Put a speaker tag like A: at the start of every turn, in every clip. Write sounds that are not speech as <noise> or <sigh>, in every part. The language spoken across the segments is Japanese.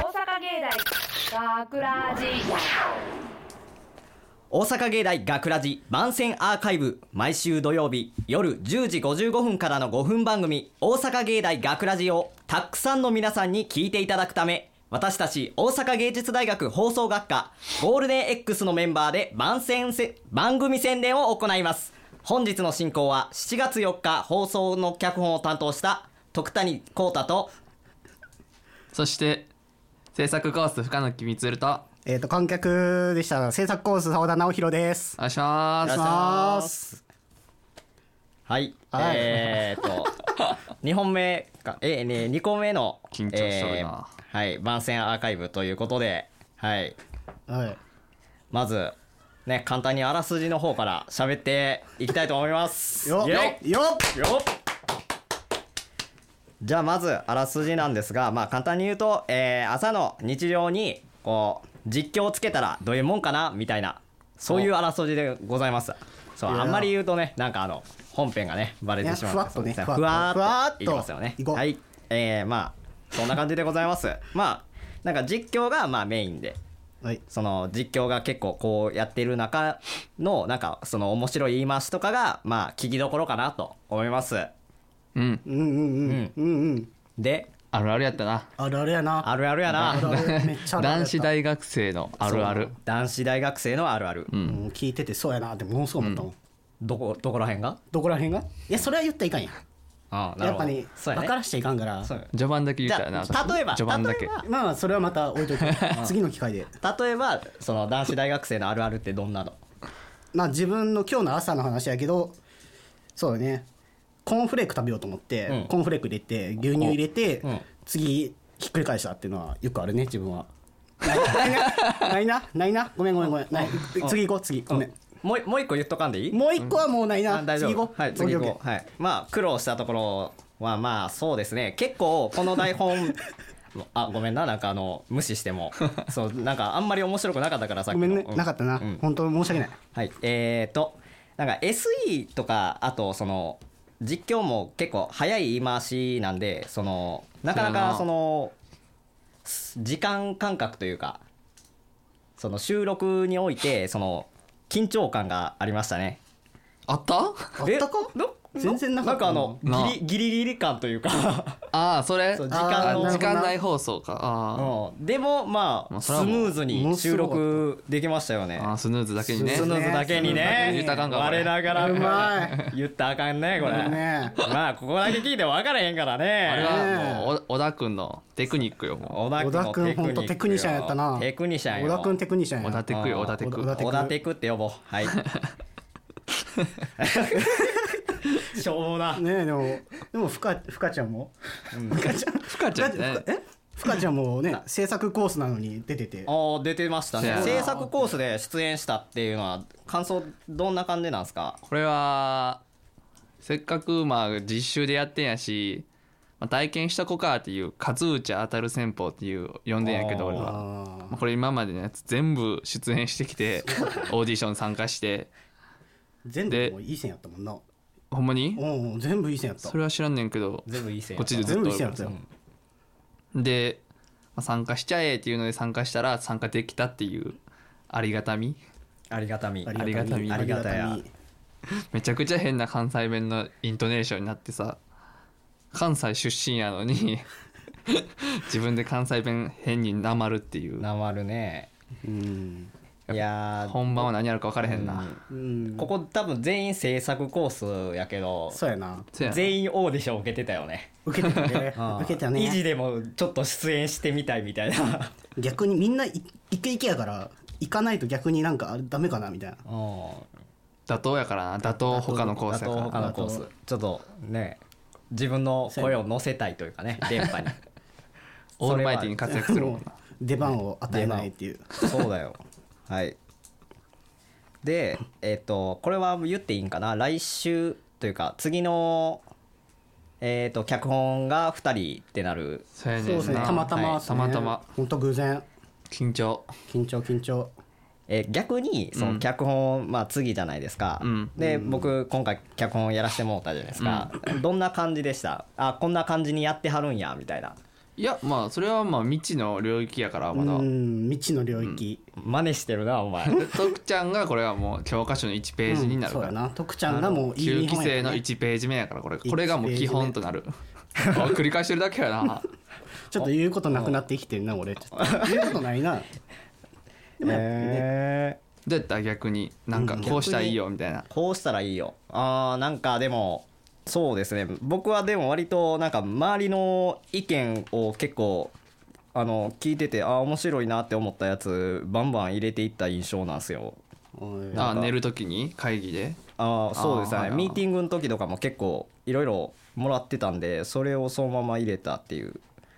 A: 大学ラジ
B: 大阪芸大学ラジ番宣アーカイブ毎週土曜日夜10時55分からの5分番組「大阪芸大学ラジをたくさんの皆さんに聞いていただくため私たち大阪芸術大学放送学科ゴールデン X のメンバーで番宣せ番組宣伝を行います本日の進行は7月4日放送の脚本を担当した徳谷幸太と
C: そして制作コース深野光ると
D: えっ、と観客でした制作コース澤田直弘です。
C: お願いしま
B: お願いし
C: す
B: ますはい、
D: はい
B: えー、っと2本目かえーね2個目の
C: 緊張しとるな
B: えーはい番宣アーカイブということではい
D: はい。
B: まずね簡単にあらすじの方から喋っていきたいと思います
D: よ
B: イエイ
D: よ
B: よじゃあまずあらすじなんですが、まあ、簡単に言うと、えー朝の日常にこう実況をつけたらどういうもんかなみたいなそういうあらすじでございますそう
D: いやー
B: あんまり言うとねなんかあの本編がねバレてしまう
D: いやふわっとね
B: そう
D: ふ
B: ふ
D: わ
B: わーっ
D: っと
B: とい
D: ふ
B: き
D: わっ
B: ま
D: と
B: すよね
D: いこう
B: はいえー、まあそんな感じでございますまあなんか実況がまあメインで
D: はい。
B: その実況が結構こうやってる中のなんかその面白い言い回しとかがまあ聞きどころかなと思います
C: うん
D: うんうんうんうんうん。
B: で
C: あるあるやったな
D: あるあるやな。
B: あるあるや
D: ある
B: <laughs> な
D: あるめっちゃあるあるやった
C: 男子。大学生のあるある
B: 男子大学生のあるある、
D: うん聞いててそうやなってものすごい思ったもん。
B: どこどこら辺が
D: どこら辺が？いやそれは言ったらいかんやん。
B: ああな
D: や
B: るほ
D: っぱ
B: ど
D: ね
B: そうや
D: 分
B: ね
D: からしちゃいかんから。
B: そう
C: 序盤だけ言ったよな
B: じゃあ例えば
C: 序盤だけ
B: 例えば
D: まあまあそれはまた置いと
B: <laughs>
D: いて次の機会で。
B: 例えばその男子大学生のあるあるってどんなの
D: まあ自分の今日の朝の話やけど、そうだね。コーンフレーク食べようと思って、
B: うん
D: コーンフレーク入れて牛乳入れて、
B: うん
D: 次ひっくり返したっていうのはよくあるね自分
B: <laughs>
D: は。ないなないなないなごめんごめんごめんない次行こう次ごめん
B: もうもう一個言っとかんでいい
D: もう一個はもうないな、
B: あ大丈
D: 次行
B: 夫
D: こう、
B: はい次行
D: オッケー
B: こ
D: オ
B: う
D: ッ
B: はいまあ苦労したところはまあそうですね結構この台
D: <laughs>
B: 本あごめんななんかあの無視してもそうなんかあんまり面白くなかったからさ
D: ケー
B: っ
D: ご
B: きの
D: めんね、
B: うん
D: なかった
B: う
D: な、
B: ん
D: 本当申し訳ない
B: はい、えーと、なんか SE とか、あとその、実況も結構早い言い回しなんで、その、なかな
C: そうや
B: か
C: な
B: その、す時間感覚というか、その収録において、その、緊張感がありましたね。
C: あった
D: あったか
B: えど
D: 全然なか
B: な
D: っ
B: んか
D: た
B: あの、ギ
C: な
B: リギリギリ感という
C: <laughs>
B: か、
C: ああそれ
B: そう時
C: あ
B: 間
D: あー
B: の
D: な
C: 時
D: るほどな
C: 間内放送かあ
B: うん、でもまあ
C: まあ
B: ス
C: それはもう
B: ムーズ
D: もの
B: に
D: す
B: 収
D: ごかった
B: 録できましたよね
C: ーあースヌーズだけにね
D: ス
B: スヌ
D: ヌ
B: ーズだけにね
C: スヌーズだけに言うたらあかんかこれ
B: 我ながら
D: うま
B: <laughs>
D: い
B: 言ったらあかんねこれ
D: ね
B: まあここだけ聞いても分からへんからね
C: あれはもうお小田君のテクニックよも
B: 小田君の
D: 小田君ほんとテクニシャンやったな
B: テクニシャンよ
D: 小田君テクニシャン
C: う
D: や
C: 小田テクよ
B: あー
C: 小田テク
D: 小田テ
B: 小田テクって呼ぼうはい
D: <laughs>
B: しょうもな
D: ねえでもでもふかふかちゃんも、ふかちゃんふか
C: ちゃんってね
D: えふかちゃんもね制作コースなのに出てて
B: ああ出てましたね
C: そうや
B: 制
C: な
B: 作コースで出演したっていうのは感想どんな感じなんですか
C: これはせっかくまあ実習でやってんやし、まあ、体験した子かっていう「数打ち当たる戦法」っていう呼んでんやけど
B: あー
C: 俺は
D: あ
C: まあこれ今までのやつ全部出演してき
B: <laughs>
C: てオーディション参加して
D: 全部
C: で
D: もういい線やったもんな
C: ほんまに
D: うんうん全部いい線やった
C: それは知らんねんけど
B: 全部いい線
C: こっちでずっ
D: 全
C: と
D: 部
C: お
D: いい
C: る
D: 線
C: か
D: やっ
C: ら
D: たよ
C: で、まあ、参加しちゃえっていうので参加したら参加できたっていうありがたみ
B: ありがたみ
D: ありがたみ
B: ありがたみ
D: ありが
C: めちゃくちゃ変な関西弁のイントネーションになってさ関西出身やのに自分で関西弁変になまるっていう
B: なまるね
D: たみうん
B: いやー
C: 本番は何やるか分からへんな、
D: うん
B: ここ多分全員制作コースやけど
D: そうやな
C: せやな
B: 全員オーディション受けてたよね
D: 受けてた
B: <laughs>
D: ね受けてたね
B: 維持でもちょっと出演してみたいみたい <laughs> な
D: 逆にみんないイケイケやから行かないと逆になんかあれダメかなみたいな
B: うん
C: 妥当やからな妥当他のコースや
B: あと
C: か
B: 他
C: ら
B: のコースちょっとね自分の声を乗せたいというかね電波に
C: オールマイティに活躍するもんな
D: 出番を与えないっていう
B: そうだよはいでえっ、とこれは言っていいんかな来週というか次のえっ、と脚本が2人ってなる
C: そうや
D: そう
C: ね
D: です
C: ん
D: ね
C: な
D: たまたま
B: は
D: っす
C: た
D: ね
C: またま
D: ほんと偶然
C: 緊張
D: 緊張緊張
B: えー逆にその脚本、まあ次じゃないですか、
C: うん
B: で僕今回脚本やらせてもらったじゃないですか、どんな感じでしたあこんな感じにやってはるんやみたいな
C: いやまあそれはまあ未知の領域やからまだ、
D: うん未知の領域、
B: 真似してるなお
C: <laughs>
B: 前
C: 徳ちゃんがこれはもう教科書の1ページになる
D: そう
C: か
D: や
C: ら、
D: な徳ちゃんがもういい
C: 9
D: 日
C: 期
D: 本
C: 生
D: やか
C: の
D: らね
C: 1ページ目やからこれこれがもう基本となるあ <laughs> 繰り返してるだけやな
D: ちょっと言うことなくなって生きてるな俺ちょっと言うことないな
B: え
C: どうやった逆になんかこうしたらいいよみたいな
B: ー、こうしたらいいよあーなんかでもそうですね僕はでも割となんか周りの意見を結構あの聞いててあー面白いなって思ったやつバンバン入れていった印象なんですよ
D: おい
C: あ寝る時に会議で
B: あーそうです
C: あーはい
B: ね
C: はい
B: ミーティングの時とかも結構いろいろもらってたんでそれをそのまま入れたっていう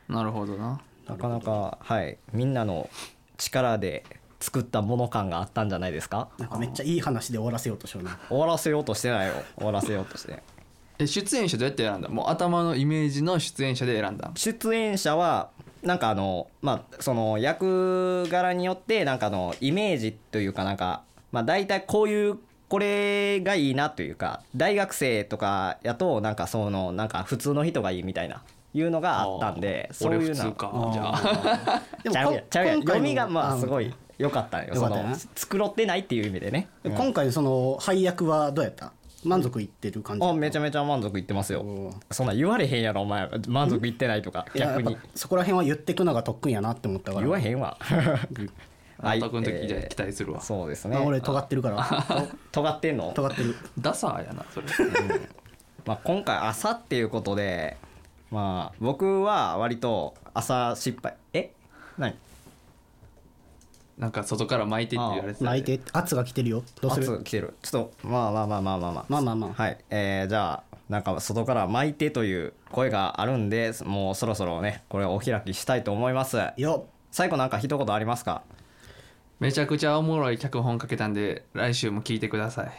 C: なるほどな
B: なかなかはいみんなの力で作ったもの感があったんじゃないですか
D: なんかめっちゃいい話で終わらせようとしような
B: 終わらせようとしてないよ終わらせようとして
C: え出演者どうやって選んだもう頭のイメージの出演者で選んだ
B: 出演者はなんかあのまあその役柄によってなんかあのイメージというかなんかまあ大体こういうこれがいいなというか大学生とかやとなんかそのなんか普通の人がいいみたいないうのがあったんで
C: あー
B: そういう
C: 俺普
B: の
C: 通かじゃあ
D: あで
B: ちゃうやんちゃうやん
D: 今回
B: 読
D: の
B: みがまあすごい良かったよ
D: よか
B: そ
D: ったよな
B: の繕ってないっていう意味でね
D: うん今回その配役はどうやった満足いってる感じ
B: あめち
D: ゃ
B: ゃめちゃ満足いってますよ
D: おー
B: そんなん言われへんやろお前満足いってないとか逆に
D: そこら辺は言ってくのが特訓やなって思ったから
B: 言わへんわ <laughs> は
C: あ
B: い
C: たくん時じゃあ
B: えー
C: 期待するわ、
B: そうですね
D: まあ俺尖ってるから
B: 尖ってんの、
D: 尖ってる
C: ダサーやなそれ
B: まあ、今回朝っていうことでまあ僕は割と朝失敗え何
C: なんか外から巻いてって言われてた
D: 泣いて圧が来てるよどうす
B: 圧
D: る
B: 来てるちょっとまあまあまあまあまあまあ
D: まあまあまあ
B: はい、えーじゃあなんか外から巻いてという声があるんでもうそろそろねこれをお開きしたいと思います
D: よ
B: 最後なんか一言ありますか
C: めちゃくちゃおもろい脚本書けたんで来週も聞いてください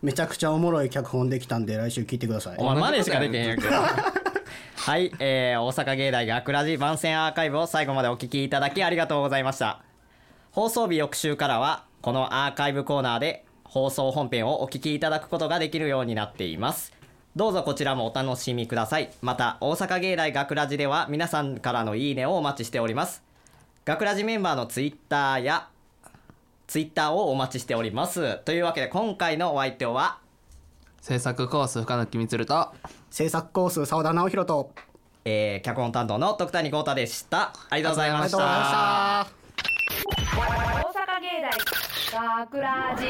D: めちゃくちゃおもろい脚本できたんで来週聞いてください
B: お前マネしかできへんやんけはい、えー大阪芸大学ラジ番宣アーカイブを最後までお聞きいただきありがとうございました放送日翌週からはこのアーカイブコーナーで放送本編をお聞きいただくことができるようになっていますどうぞこちらもお楽しみくださいまた大阪芸大学ラジでは皆さんからのいいねをお待ちしております学ラジメンバーのツイッターやツイッターをお待ちしておりますというわけで今回のお相手は
C: 制作コース深野君ると
D: 制作コース澤田直弘と
B: えー、脚本担当の徳谷豪太でした。ありがとうござい
D: あり
B: ま
D: が
B: し。
D: とうございました
A: 大
D: た
A: 阪芸大学ラジ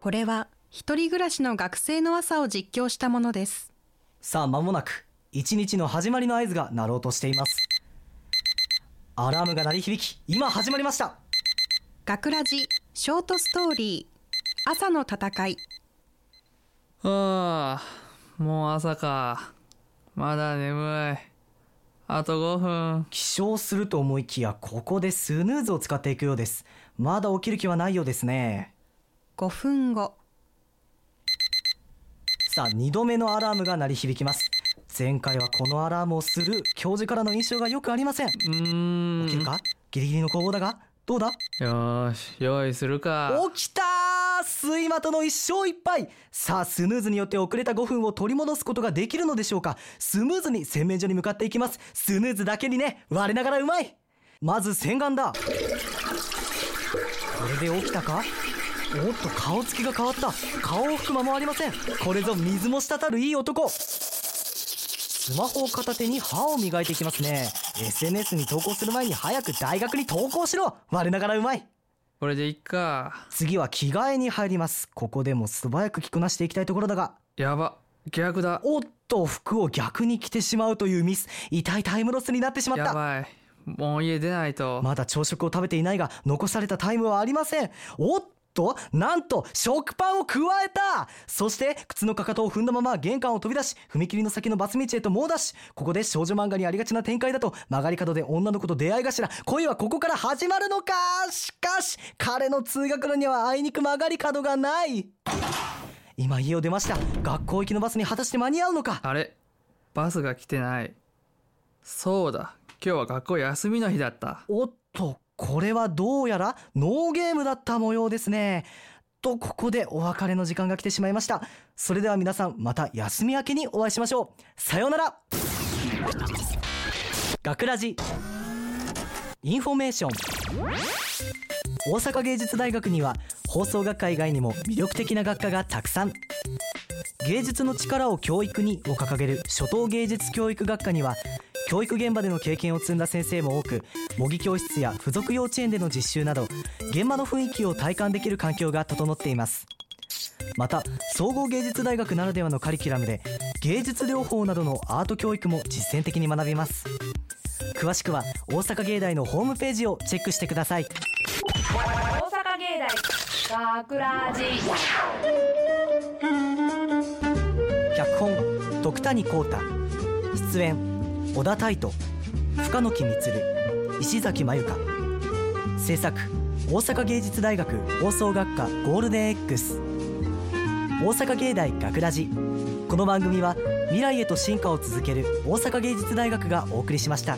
E: これは一人暮らしの学生の朝を実況したものです
F: さあ間もなく一日の始まりの合図が鳴ろうとしていますアラームが鳴り響き今始まりました
E: 学ラジショートストーリー朝の戦い
C: ああもう朝かまだ眠いあと5分
F: 起床すると思いきやここでスヌーズを使っていくようですまだ起きる気はないようですね
E: 5分後
F: さあ2度目のアラームが鳴り響きます前回はこのアラームをする教授からの印象がよくありません
C: うーん
F: 起きるかギリギリの攻防だがどうだ
C: よーし用意するか
F: 起きたー睡魔との一生一杯さあスヌーズによって遅れた5分を取り戻すことができるのでしょうかスムーズに洗面所に向かっていきますスヌーズだけにね我ながらうまいまず洗顔だこれで起きたかおっと顔つきが変わった顔を拭く間もありませんこれぞ水も滴るいい男スマホを片手に歯を磨いていきますね SNS に投稿する前に早く大学に投稿しろ我ながらうまい
C: これでいっか
F: 次は着替えに入りますここでも素早く着こなしていきたいところだが
C: やば逆だ
F: おっと服を逆に着てしまうというミス痛いタイムロスになってしまっ
C: や
F: た
C: ばいもう家出ないと
F: まだ朝食を食べていないが残されたタイムはありませんおっとなんと食パンを加えたそして靴のかかとを踏んだまま玄関を飛び出し踏切の先のバス道へと猛ダッシュここで少女漫画にありがちな展開だと曲がり角で女の子と出会い頭恋はここから始まるのかしかし彼の通学路にはあいにく曲がり角がない今家を出ました学校行きのバスに果たして間に合うのか
C: あれバスが来てないそうだ今日は学校休みの日だった
F: おっとこれはどうやらノーゲームだった模様ですねとここでお別れの時間が来てしまいましたそれでは皆さんまた休み明けにお会いしましょうさようなら学ラジインフォメーション大阪芸術大学には放送学科以外にも魅力的な学科がたくさん芸術の力を教育にを掲げる初等芸術教育学科には教育現場での経験を積んだ先生も多く模擬教室や付属幼稚園での実習など現場の雰囲気を体感できる環境が整っていますまた総合芸術大学ならではのカリキュラムで芸術療法などのアート教育も実践的に学びます詳しくは大阪芸大のホームページをチェックしてください
A: 大阪芸大学ラジ
F: 脚本徳谷幸太出演小田泰斗深野木満石崎真由香制作大阪芸術大学放送学科ゴールデン X 大阪芸大学ラジこの番組は未来へと進化を続ける大阪芸術大学がお送りしました